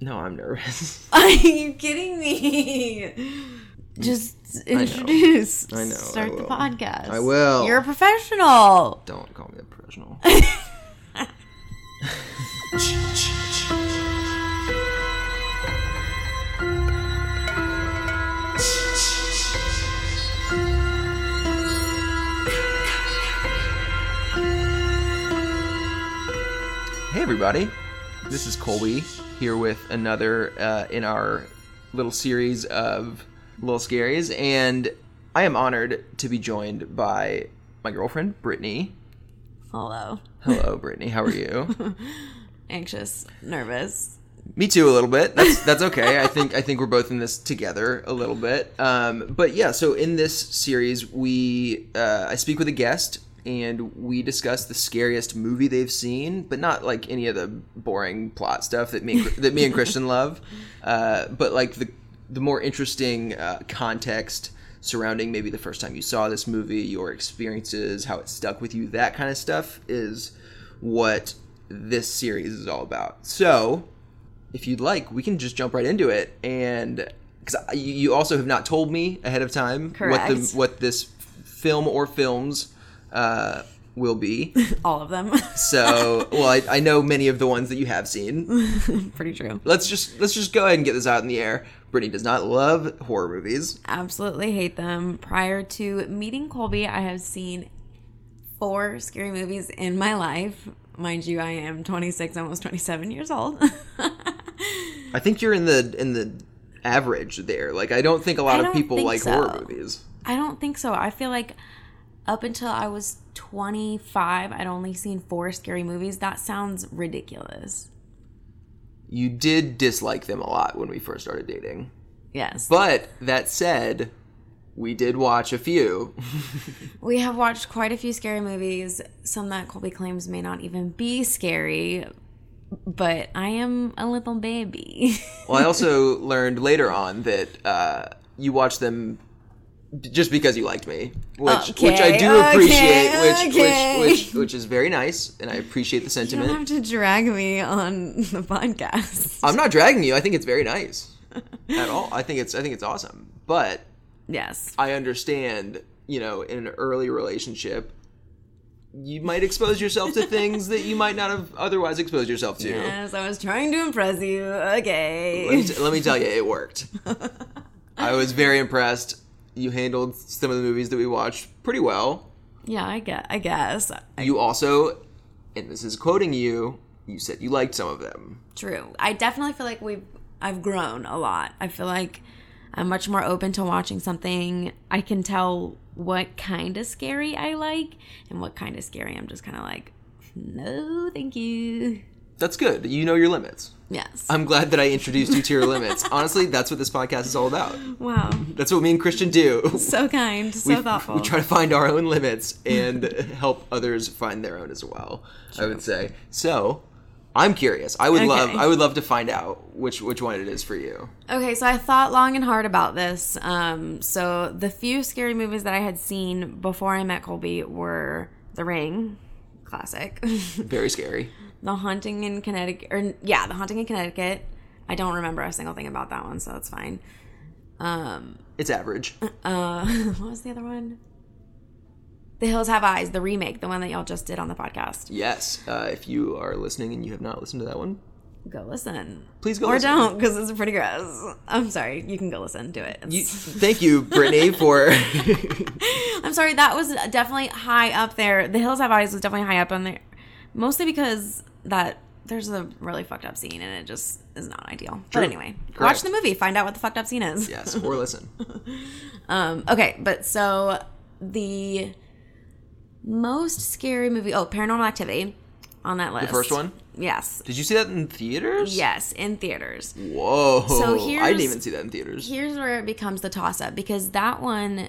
No, I'm nervous. Are you kidding me? Just know. introduce. I know, I Start the will. podcast. I will. You're a professional. Don't call me a professional. Hey, everybody. This is Colby here with another uh, in our little series of Little Scaries. And I am honored to be joined by my girlfriend, Brittany. Hello. Hello, Brittany. How are you? Anxious, nervous. Me too, a little bit. That's that's okay. I think I think we're both in this together a little bit. Um, but yeah, so in this series, we uh, I speak with a guest and we discuss the scariest movie they've seen, but not like any of the boring plot stuff that me that me and Christian love, uh, but like the the more interesting uh, context surrounding maybe the first time you saw this movie, your experiences, how it stuck with you, that kind of stuff is what this series is all about. So if you'd like, we can just jump right into it. And because you also have not told me ahead of time what Correct. the what this film or films uh, will be. All of them. So, well, I, I know many of the ones that you have seen. Pretty true. Let's just let's just go ahead and get this out in the air. Brittany does not love horror movies. Absolutely hate them. Prior to meeting Colby, I have seen four scary movies in my life. Mind you, I am 26, almost 27 years old. I think you're in the in the average there. Like, I don't think a lot I of don't people think like so. horror movies. I don't think so. I feel like up until I was 25, I'd only seen four scary movies. That sounds ridiculous. You did dislike them a lot when we first started dating. Yes. But that said, we did watch a few. we have watched quite a few scary movies, some that Colby claims may not even be scary, but I am a little baby. Well, I also learned later on that uh, you watch them b- just because you liked me, which which I do Okay, appreciate, okay, which, okay. which which which is very nice, and I appreciate the you don't have sentiment. to drag me on the podcast. I'm not dragging you. I think it's very nice at all. I think it's I think it's awesome, but Yes. I understand. You know, in an early relationship. You might expose yourself to things that you might not have otherwise exposed yourself to. Yes, I was trying to impress you. Okay. let, me t- let me tell you, it worked. I was very impressed. You handled some of the movies that we watched pretty well. yeah, I guess. I guess. You also, and this is quoting you, you said you liked some of them. True. I definitely feel like we've I've grown a lot. I feel like I'm much more open to watching something. I can tell what kind of scary I like and what kind of scary I'm just kind of like, no, thank you. That's good. You know your limits. Yes. I'm glad that I introduced you to your limits. Honestly, that's what this podcast is all about. wow. That's what me and Christian do. So kind. So thoughtful. We try to find our own limits and help others find their own as well. I would say. So, I'm curious. I would love. Okay. I would love to find out which which one it is for you. Okay, so I thought long and hard about this. Um, so the few scary movies that I had seen before I met Colby were The Ring, classic. Very scary. The Haunting in Connecticut, or yeah, The Haunting in Connecticut. I don't remember a single thing about that one, so that's fine. It's average. Uh, what was the other one? The Hills Have Eyes, the remake, the one that y'all just did on the podcast. Yes. Uh, if you are listening and you have not listened to that one, Go listen, please go. or listen. don't, because it's pretty gross. I'm sorry, you can go listen to it. You, It's- thank you, Brittany, for. I'm sorry, that was definitely high up there. The Hills Have Eyes was definitely high up on there, mostly because that there's a really fucked up scene and it just is not ideal. But anyway, watch Correct. the movie, find out what the fucked up scene is. yes, or listen. Um, okay, but so the most scary movie. Oh, Paranormal Activity on that list. First one. Yes. Did you see that in theaters? Yes, in theaters. Whoa. So I here's- didn't even see that in theaters. Here's where it becomes the toss up because that one,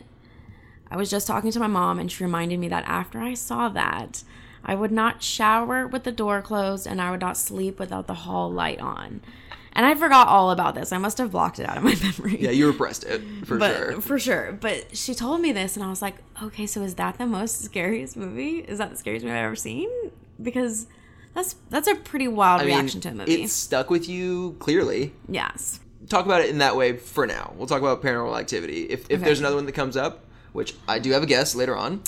I was just talking to my mom and she reminded me that after I saw that, I would not shower with the door closed and I would not sleep without the hall light on. And I forgot all about this. I must have blocked it out of my memory. yeah, you repressed it for but sure. for sure. But she told me this, and I was like, okay, so is that the most scariest movie? Is that the scariest movie I've ever seen? Because That's that's a pretty wild I mean, reaction to a movie. It stuck with you clearly. yes. Talk about it in that way for now. We'll talk about paranormal activity. If, if there's another one that comes up, which I do have a guess later on,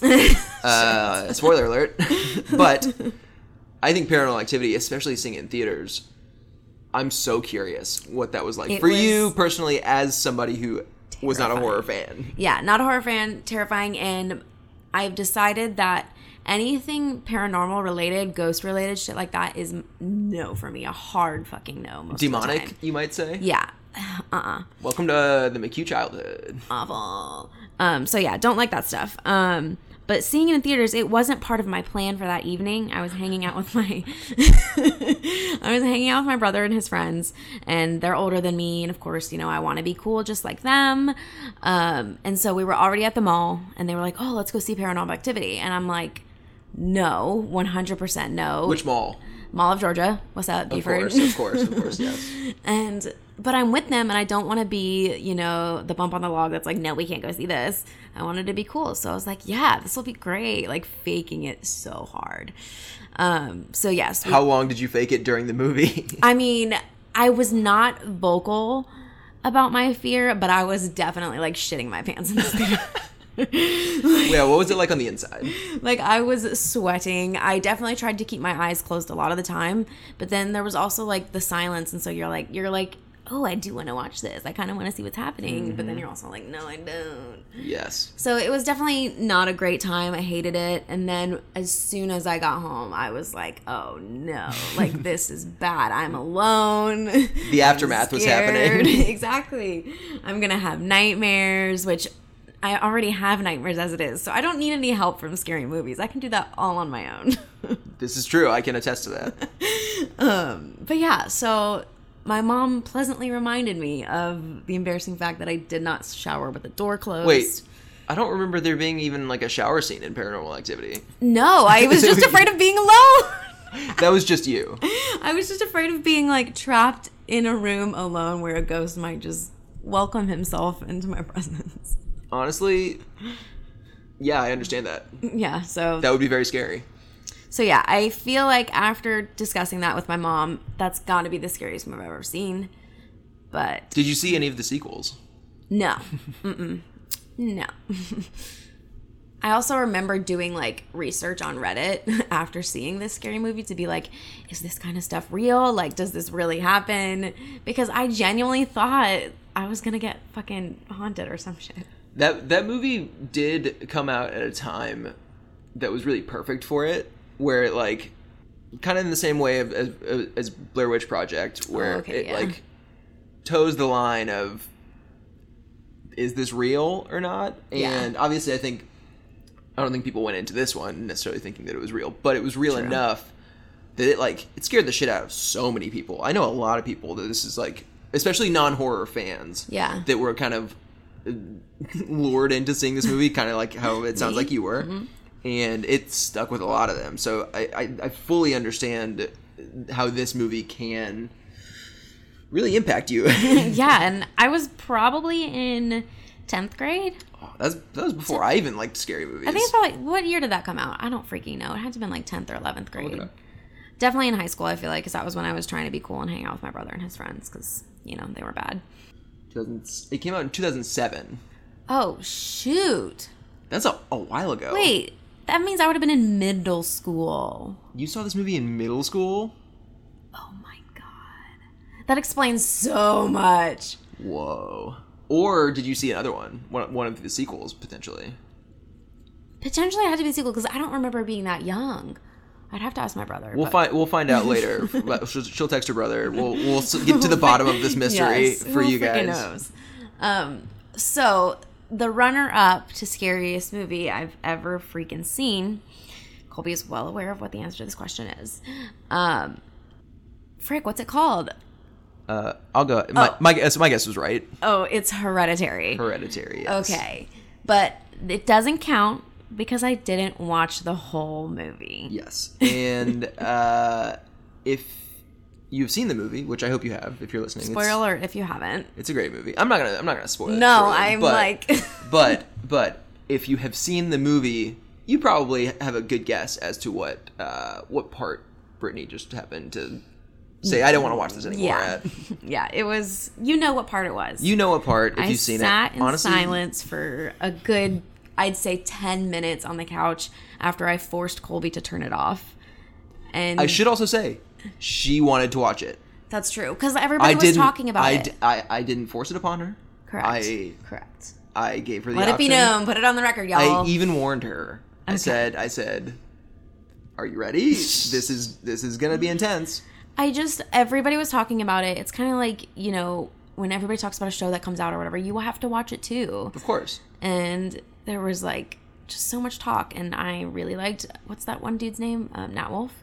uh, spoiler alert, but I think paranormal activity, especially seeing it in theaters, I'm so curious what that was like It for was you personally as somebody who was not a horror fan. Yeah, not a horror fan, terrifying, and I've decided that anything paranormal related, ghost related, shit like that is m- no for me. A hard fucking no. Most of the Demonic, time. you might say. Yeah. Uh-uh. Welcome to the McHugh childhood. Awful. Um, so yeah, don't like that stuff. Um, but seeing it in theaters, it wasn't part of my plan for that evening. I was hanging out with my, I was hanging out with my brother and his friends, and they're older than me, and of course, you know, I want to be cool just like them. Um, and so we were already at the mall, and they were like, "Oh, let's go see Paranormal Activity," and I'm like, "No, 100 percent no." Which mall? Mall of Georgia? What's up, Of Buford? course, of course, of course, yes. and but I'm with them and I don't want to be, you know, the bump on the log that's like, no, we can't go see this. I wanted to be cool. So I was like, yeah, this will be great. Like faking it so hard. Um, so yes, we- How long did you fake it during the movie? I mean, I was not vocal about my fear, but I was definitely like shitting my pants in the theater. yeah, what was it like on the inside? like I was sweating. I definitely tried to keep my eyes closed a lot of the time, but then there was also like the silence, and so you're like you're like, oh, I do want to watch this. I kind of want to see what's happening, but then you're also like, no, I don't. Yes. So it was definitely not a great time. I hated it. And then as soon as I got home, I was like, oh no, like this is bad. I'm alone. The aftermath was happening. Scared. exactly. I'm going to have nightmares, which I already have nightmares as it is. So I don't need any help from scary movies. I can do that all on my own. This is true. I can attest to that. but yeah, so my mom pleasantly reminded me of the embarrassing fact that I did not shower with the door closed. Wait, I don't remember there being even like a shower scene in Paranormal Activity. No, I was just afraid of being alone. That was just you. I was just afraid of being like trapped in a room alone where a ghost might just welcome himself into my presence. Honestly, yeah, I understand that. Yeah, so That would be very scary. so yeah, I feel like after discussing that with my mom, that's got to be the scariest movie I've ever seen. But Did you see any of the sequels? no. Mm-mm. No. I also remember doing like research on Reddit after seeing this scary movie to be like, is this kind of stuff real? Like, does this really happen? Because I genuinely thought I was gonna get fucking haunted or some shit. That that movie did come out at a time that was really perfect for it, where it like kind of in the same way of, as as Blair Witch Project, where Oh, okay, it yeah. like toes the line of is this real or not? Yeah. And obviously, I think I don't think people went into this one necessarily thinking that it was real, but it was real True. enough that it like it scared the shit out of so many people. I know a lot of people that this is like, especially non horror fans, Yeah. that were kind of uh, lured into seeing this movie, kind of like how it sounds Me? Mm-hmm. like you were, and it stuck with a lot of them. So I, I, I fully understand how this movie can really impact you. yeah, and I was probably in 10th grade. That's that was before I even liked scary movies. I think it's probably, what year did that come out? I don't freaking know. It had to have been like 10th or 11th it grade. up. Definitely in high school, I feel like, because that was when I was trying to be cool and hang out with my brother and his friends, because, you know, they were bad. 2000 It came out in 2007. Oh, shoot. That's a, a while ago. Wait, that means I would have been in middle school. you saw this movie in middle school? Oh my God. That explains so much. Whoa. Or did you see another one? One, one of the sequels potentially. Potentially, I had to be a sequel because I don't remember being that young. I'd have to ask my brother. We'll but- find we'll find out later. But she'll, she'll text her brother. We'll we'll s- get to the bottom of this mystery Yes, for who you freaking guys. Knows? Um, so the runner-up to scariest movie I've ever freaking seen. Colby is well aware of what the answer to this question is. Um, frick, what's it called? Uh, I'll go. My, my guess my guess was right. Oh, it's Hereditary. Hereditary. yes. okay, but it doesn't count because I didn't watch the whole movie. Yes. And uh, if you've seen the movie, which I hope you have, if you're listening, it's- Spoiler alert if you haven't. It's a great movie. I'm not gonna. I'm not gonna spoil. it No, for you, I'm but- like- but but if you have seen the movie, you probably have a good guess as to what uh, what part Brittany just happened to say, "I don't want to watch this anymore." Yeah. at. yeah, it was, you know what part it was. You know a part if I you've seen sat it. in silence for a good, I'd say, 10 minutes on the couch after I forced Colby to turn it off. And I should also say she wanted to watch it. that's true because everybody I was didn't talking about I, it. d- I I didn't force it upon her. Correct. I Correct. I gave her the Let it be option. known. Put it on the record, y'all. I even warned her. I said, I said, "Are you ready? this is this is gonna be intense." I just everybody was talking about it. It's kind of like you know when everybody talks about a show that comes out or whatever, you will have to watch it too. Of course. And there was like just so much talk, and I really liked what's that one dude's name? Um, Nat Wolf.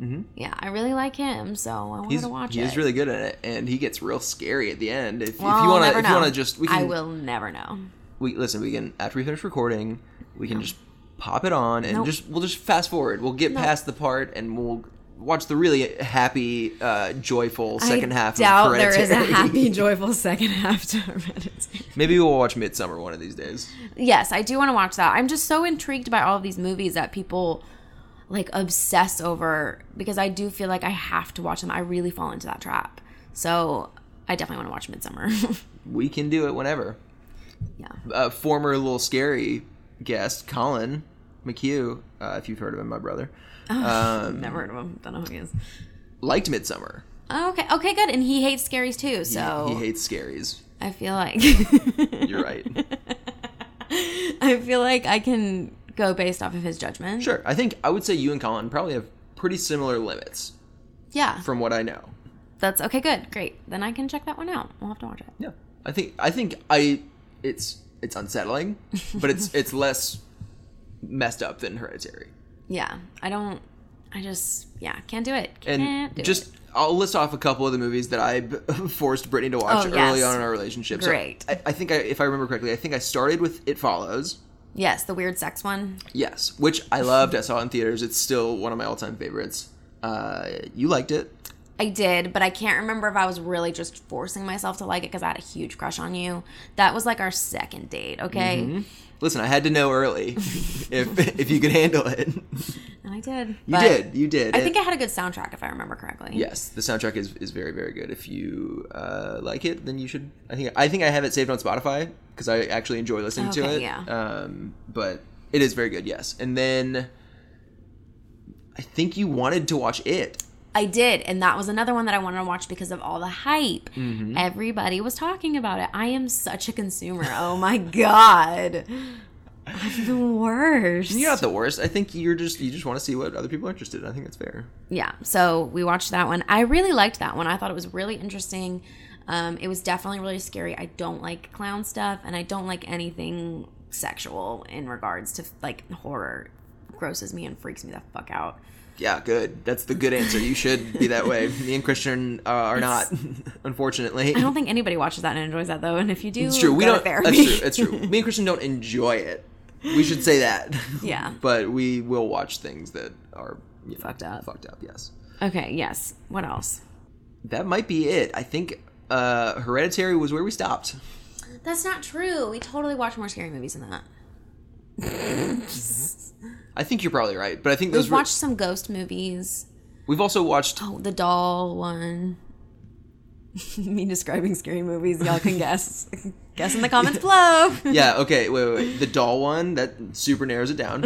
Mm-hmm. Yeah, I really like him, so I wanted He's to watch he it. is really good at it, and he gets real scary at the end. If, Well, if you I'll want to, never if you want know. to, just we can. I will never know. We listen. We can after we finish recording, we can just pop it on and just we'll just fast forward. We'll get past the part and we'll watch the really happy, uh, joyful second I half. Doubt of there is a Hereditary. happy, joyful second half to Hereditary. Maybe we'll watch Midsummer one of these days. Yes, I do want to watch that. I'm just so intrigued by all of these movies that people like obsess over because I do feel like I have to watch them. I really fall into that trap. So I definitely want to watch Midsummer. We can do it whenever. yeah. uh, former Little Scary guest, Colin McHugh, uh, if you've heard of him, my brother, um, Never heard of him. Don't know who he is. liked Midsummer. Oh, okay. Okay, good. And he hates scaries too. So He hates scaries. I feel like You're right. I feel like I can go based off of his judgment. sure. I think I would say you and Colin probably have pretty similar limits Yeah. from what I know. That's okay, good. Great. Then I can check that one out. We'll have to watch it. Yeah. I think I think I it's it's unsettling, but it's it's less messed up than hereditary. Yeah, I don't. I just yeah, can't do it. Can't And Eh, do just it. I'll list off a couple of the movies that I b- forced Brittany to watch Oh, early yes. on in our relationship. So Great. I, I think I, if I remember correctly, I think I started with It Follows. yes, the weird sex one. Yes, which I loved. I saw it in theaters. It's still one of my all-time favorites. Uh, you liked it. I did, but I can't remember if I was really just forcing myself to like it because I had a huge crush on you. That was like our second date, okay? Mm-hmm. Listen, I had to know early if if you could handle it. You And I did. You did. You did. I think I had a good soundtrack if I remember correctly. yes, the soundtrack is, is very very good. If you uh, like it, then you should. I think I think I have it saved on Spotify because I actually enjoy listening to Okay, it. yeah. Um, but it is very good. Yes, and then I think you wanted to watch it. I did, and that was another one that I wanted to watch because of all the hype. Mm-hmm. Everybody was talking about it. I am such a consumer. Oh my god. I'm the worst. You're not the worst. I think you're just you just want to see what other people are interested in. I think that's fair. yeah so we watched that one i really liked that one i thought it was really interesting um, it was definitely really scary i don't like clown stuff and i don't like anything sexual in regards to like horror grosses me and freaks me the fuck out Yeah, good. That's the good answer. You should be that way. Me and Christian uh, are not, unfortunately. i don't think anybody watches that and enjoys that though and if you do It's true. We go don't. to therapy. That's true. It's true. Me and Christian don't enjoy it. We should say that. Yeah. but we will watch things that are you know, Fucked up. Fucked up. Yes. okay yes what else That might be it. I think uh, Hereditary was where we stopped. that's not true we totally watch more scary movies than that I think you're probably right, but I think those we've were- watched some ghost movies we've also watched. oh the doll one me describing scary movies y'all can guess guess in the comments below Yeah. Okay. Wait, wait. Wait. The doll one that super narrows it down.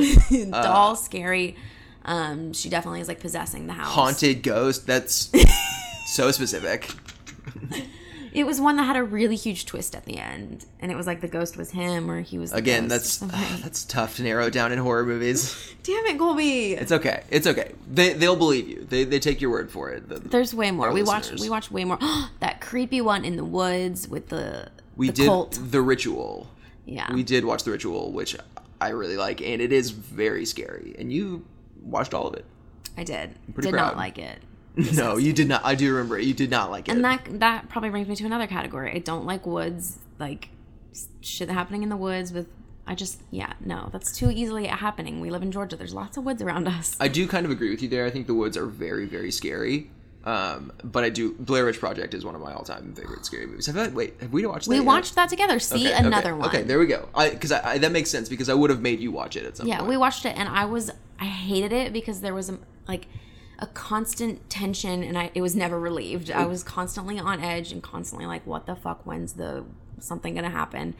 doll scary um she definitely is like possessing the house Haunted ghost. That's so specific. it was one that had a really huge twist at the end and it was like the ghost was him or he was the Again, ghost that's or ugh, something. that's tough to narrow down in horror movies. damn it colby It's okay. It's okay. They they'll believe you. They they take your word for it. The- there's way more we watched listeners. we watched way more that creepy one in the woods with the we the did cult the ritual. yeah We did watch the ritual, which I really like, and it is very scary. And you watched all of it. i did pretty did proud. not like it No, you did not. I do remember it. You did not like it. and that that probably brings me to another category i don't like woods like s- shit happening in the woods with i just yeah no that's too easily happening we live in georgia there's lots of woods around us I do kind of agree with you there. I think the woods are very very scary. Um, but I do. Blair Witch Project is one of my all time favorite scary movies. Have I, wait, have we watched? We that yet? watched that together. See Okay, okay, another one. Okay, there we go. I because I, I, that makes sense because I would have made you watch it at some yeah, point. we watched it, and I was I hated it because there was a, um, like a constant tension and I it was never relieved. I was constantly on edge and constantly like what the fuck when's the something going to happen?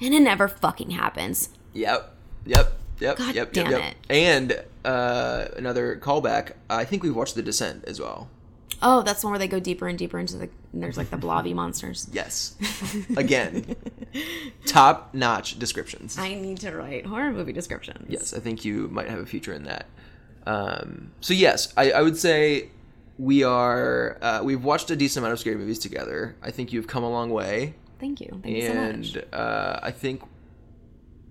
And it never fucking happens. Yep. Yep. Yep. God yep. damn yep. it. Yep. And uh, another callback. I think we've watched The Descent as well. Oh, that's the one where they go deeper and deeper into the and there's like the blobby monsters. Yes. Again, top notch descriptions. I need to write horror movie descriptions. Yes, I think you might have a future in that. Um, so yes, I, I would say we are. Uh, we've watched a decent amount of scary movies together. I think you've come a long way, Thank you. Thank you so and much. uh, I think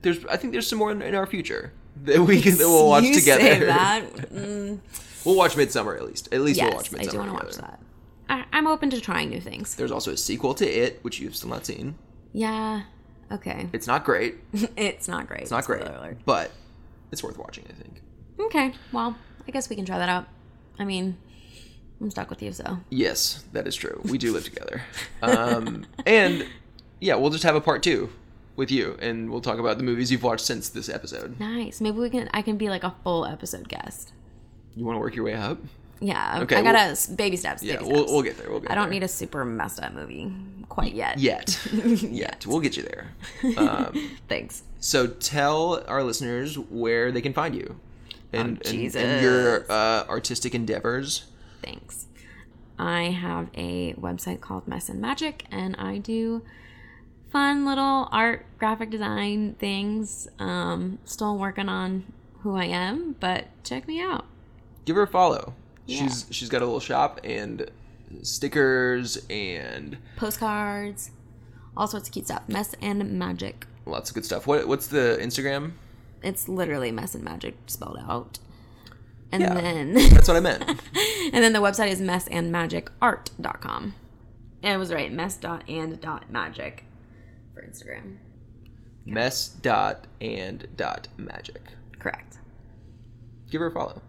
there's. I think there's some more in, in our future that we can, that we'll watch you together. Say that. Mm, We'll watch Midsummer at least. At least yes, we'll watch I do Midsummer. want to watch that. I, I'm open to trying new things. There's also a sequel to It, which you've still not seen. Yeah. Okay. It's not great. It's It's not great. It's not great, spoiler alert. but it's worth watching. I think. Okay. Well, I guess we can try that out. I mean, I'm stuck with you, so. Yes, that is true. We do live together. Um, and yeah, we'll just have a part two with you, and we'll talk about the movies you've watched since this episode. Nice. Maybe we can. I can be like a full episode guest. You want to work your way up? Yeah. Okay, I gotta well- s- baby steps. Yeah, baby we'll, steps. we'll get there. We'll get I don't there. need a super messed up movie quite yet. yet. yet. We'll get you there. Um, Thanks. so tell our listeners where they can find you and, and- and, Oh, Jesus. your uh, artistic endeavors. Thanks. I have a website called Mess and Magic, and I do fun little art, graphic design things. Um, still working on who I am, but check me out. Give her a follow. Yeah. She's she's got a little shop and stickers and Postcards, all sorts of cute stuff. Mess and Magic. lots of good stuff. What what's the Instagram? It's literally Mess and Magic spelled out. And Yeah. then That's what I meant. and then the website is messandmagicart.com. And I was right, mess dot and dot magic for Instagram. mess dot and dot magic Correct. give her a follow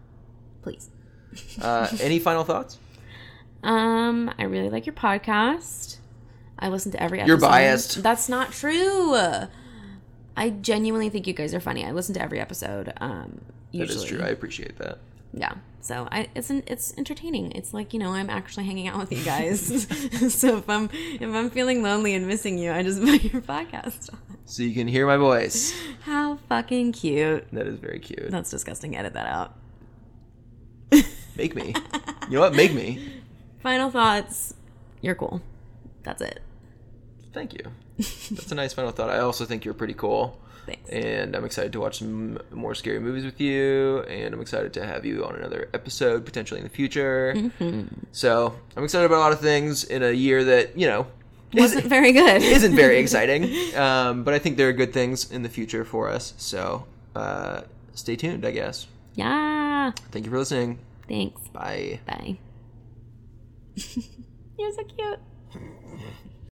Please. uh, any final thoughts Um, I really like your podcast. I listen to every episode. You're biased. That's not true. I genuinely think you guys are funny. I listen to every episode. Um, that usually. is true i appreciate that Yeah. So I, it's an, it's entertaining. It's like you know I'm actually hanging out with you guys. so if I'm if I'm feeling lonely and missing you, I just put your podcast on. so you can hear my voice How fucking cute. that is very cute That's disgusting. Edit that out. make me you know what make me Final thoughts. You're cool. That's it. thank you that's a nice final thought i also think you're pretty cool Thanks. and i'm excited to watch some more scary movies with you and i'm excited to have you on another episode potentially in the future Mm-hmm. so i'm excited about a lot of things in a year that you know is- Wasn't very good. isn't very exciting. Um, but I think there are good things in the future for us. So uh, stay tuned, I guess. Yeah. Thank you for listening. Thanks. Bye. Bye. You're so cute.